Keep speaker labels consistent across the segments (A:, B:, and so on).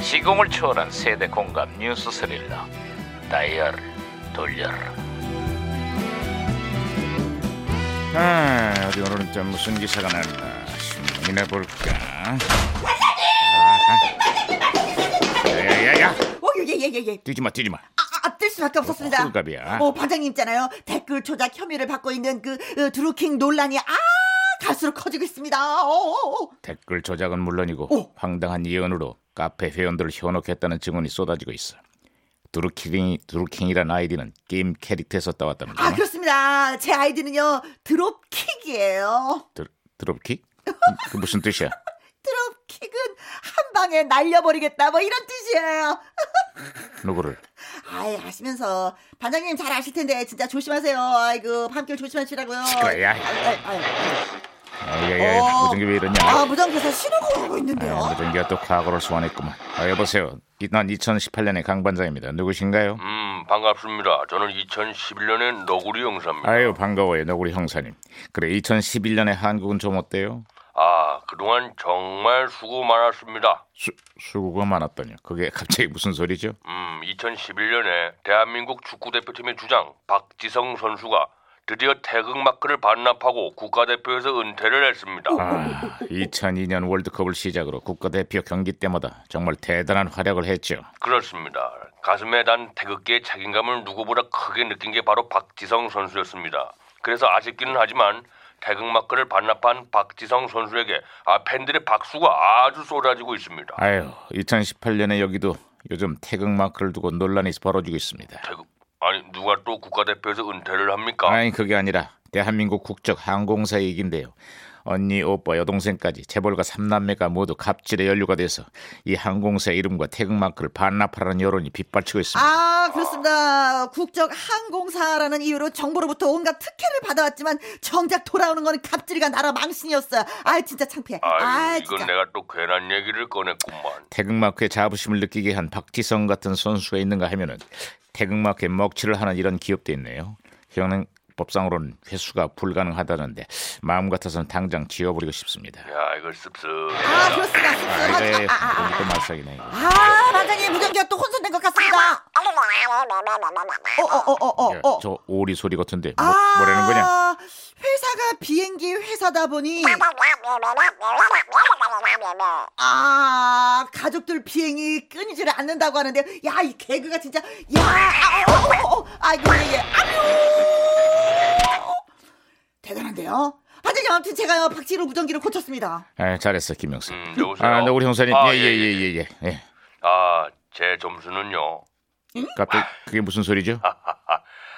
A: 시공을 초월한 세대 공감 뉴스 스릴러 다이얼 돌려라 아, 어디 오늘은 또 무슨 기사가 날까 신문이나 볼까 야야야야
B: 어, 예, 예, 예, 예.
A: 뛰지마 뛰지마
B: 아, 아, 뜰 수밖에 없었습니다.
A: 꿀값이야.
B: 어, 반장님 있잖아요. 댓글 조작 혐의를 받고 있는 그 어, 드루킹 논란이 아 갈수록 커지고 있습니다. 어, 어, 어.
A: 댓글 조작은 물론이고
B: 오.
A: 황당한 예언으로 카페 회원들을 현혹했다는 증언이 쏟아지고 있어 두루킹이 두루킹이란 아이디는 게임 캐릭터에서 따왔답니다
B: 아, 그렇습니다. 제 아이디는요 드롭킥이에요.
A: 드, 드롭킥? 그 무슨 뜻이야?
B: 드롭킥은 한 방에 날려버리겠다 뭐 이런 뜻이에요.
A: 누구를?
B: 아이 아시면서 반장님 잘 아실 텐데 진짜 조심하세요. 아이고 밤길 조심하시라고요.
A: 시끄러워, 야.
B: 아이, 아이, 아이.
A: 야야야
B: 어.
A: 무전기 왜 이러냐?
B: 아 무전기에서 신호가 오고 있는데요.
A: 아, 무전기가 또 과거를 소환했구만. 아, 여보세요. 이- 난 2018년의 강 반장입니다. 누구신가요?
C: 음 반갑습니다. 저는 2011년의 너구리 형사입니다.
A: 아유 반가워요, 너구리 형사님. 그래 2011년의 한국은 좀 어때요?
C: 아 그동안 정말 수고 많았습니다.
A: 수, 수고가 많았더니 그게 갑자기 무슨 소리죠?
C: 음 2011년에 대한민국 축구 대표팀의 주장 박지성 선수가 드디어 태극 마크를 반납하고 국가대표에서 은퇴를 했습니다.
A: 아, 2002년 월드컵을 시작으로 국가대표 경기 때마다 정말 대단한 활약을 했죠.
C: 그렇습니다. 가슴에 단 태극기의 책임감을 누구보다 크게 느낀 게 바로 박지성 선수였습니다. 그래서 아쉽기는 하지만 태극 마크를 반납한 박지성 선수에게 아 팬들의 박수가 아주 쏟아지고 있습니다.
A: 아유, 2018년에 여기도 요즘 태극 마크를 두고 논란이 벌어지고 있습니다.
C: 태극 아니 누가 또 국가대표에서 은퇴를 합니까?
A: 아니 그게 아니라 대한민국 국적 항공사 얘기인데요. 언니, 오빠, 여동생까지 재벌가 삼남매가 모두 갑질의 연루가 돼서 이 항공사 이름과 태극마크를 반납하라는 여론이 빗발치고 있습니다.
B: 아 그렇습니다. 국적 항공사라는 이유로 정부로부터 온갖 특혜를 받아왔지만 정작 돌아오는 건 갑질이가 나라 망신이었어요. 아 진짜 창피해. 아,
C: 아유, 이건
B: 진짜.
C: 내가 또 괜한 얘기를 꺼냈구만.
A: 태극마크의 자부심을 느끼게 한 박지성 같은 선수가 있는가 하면은 태극마크에 먹칠을 하는 이런 기업도 있네요. 형법상으로는 회수가 불가능하다는데 마음 같아서는 당장 지워버리고 싶습니다.
C: 야, 이거 씁쓸.
B: 아
C: 음,
B: 그렇습니다.
A: 아, 이거
B: 씁쓸하죠. 아, 아, 아.
A: 또 말썽이네. 이거.
B: 아 반장님 무전기가 또 혼선된 것 같습니다. 어 어 어 어
A: 야,
B: 어 어.
A: 저 오리 소리 같은데 뭐,
B: 아
A: 뭐라는 거냐?
B: 회사가 비행기 회사다 보니 아 가족들 비행이 끊이질 않는다고 하는데 야 이 개그가 진짜 야 아, 어, 어, 어, 아이고 예, 예 아뇨 대단한데요 반장님 아무튼 제가요 박지로 무전기를 고쳤습니다
A: 아, 잘했어 김영수.
C: 음, 여보세요?
A: 아, 네, 우리 형사님.
C: 아,
A: 예, 예, 예, 예, 예. 예.
C: 아, 제 점수는요.
A: 갑자기 그게 무슨 소리죠?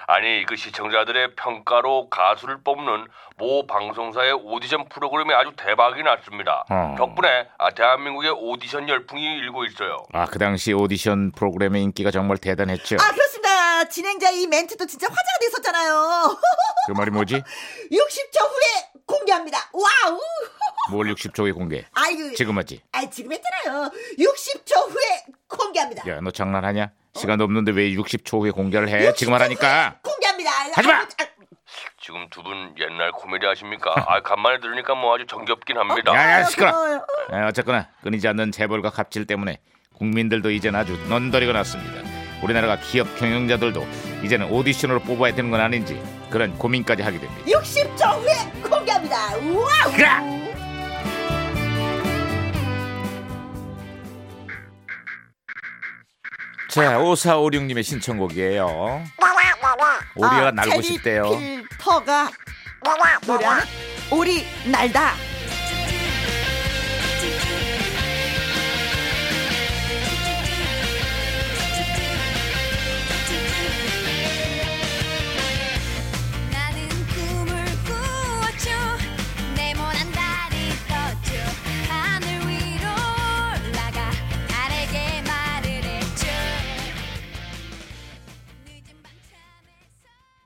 C: 아니, 그 시청자들의 평가로 가수를 뽑는 모 방송사의 오디션 프로그램이 아주 대박이 났습니다.
A: 어.
C: 덕분에 아, 대한민국의 오디션 열풍이 일고 있어요.
A: 아, 그 당시 오디션 프로그램의 인기가 정말 대단했죠.
B: 아 그렇습니다 진행자 이 멘트도 진짜 화제가 됐었잖아요
A: 그 말이 뭐지?
B: 60초 후에 공개합니다 와우
A: 뭘 60초에 공개?
B: 아이고
A: 지금 하지.
B: 아 지금 했잖아요 60초 후에 공개합니다
A: 야, 너 장난하냐? 시간 없는데 왜 60초 후에 공개를 해? 예, 지금 하라니까.
B: 공개합니다
A: 하지마!
B: 아, 아,
C: 지금 두 분 옛날 코미디 하십니까? 아, 간만에 들으니까 뭐 아주 정겹긴 합니다.
A: 야, 야,
B: 아,
A: 시끄러.
B: 고마워요.
A: 아, 어쨌거나 끊이지 않는 재벌과 갑질 때문에 국민들도 이젠 아주 넌더리가 났습니다. 우리나라가 기업 경영자들도 이제는 오디션으로 뽑아야 되는 건 아닌지 그런 고민까지 하게 됩니다.
B: 60초 후에 공개합니다. 와우!
D: 자, 5456님의 신청곡이에요.
B: 아,
D: 오리가 날고 싶대요.
B: 필터가 노래하는 오리 날다.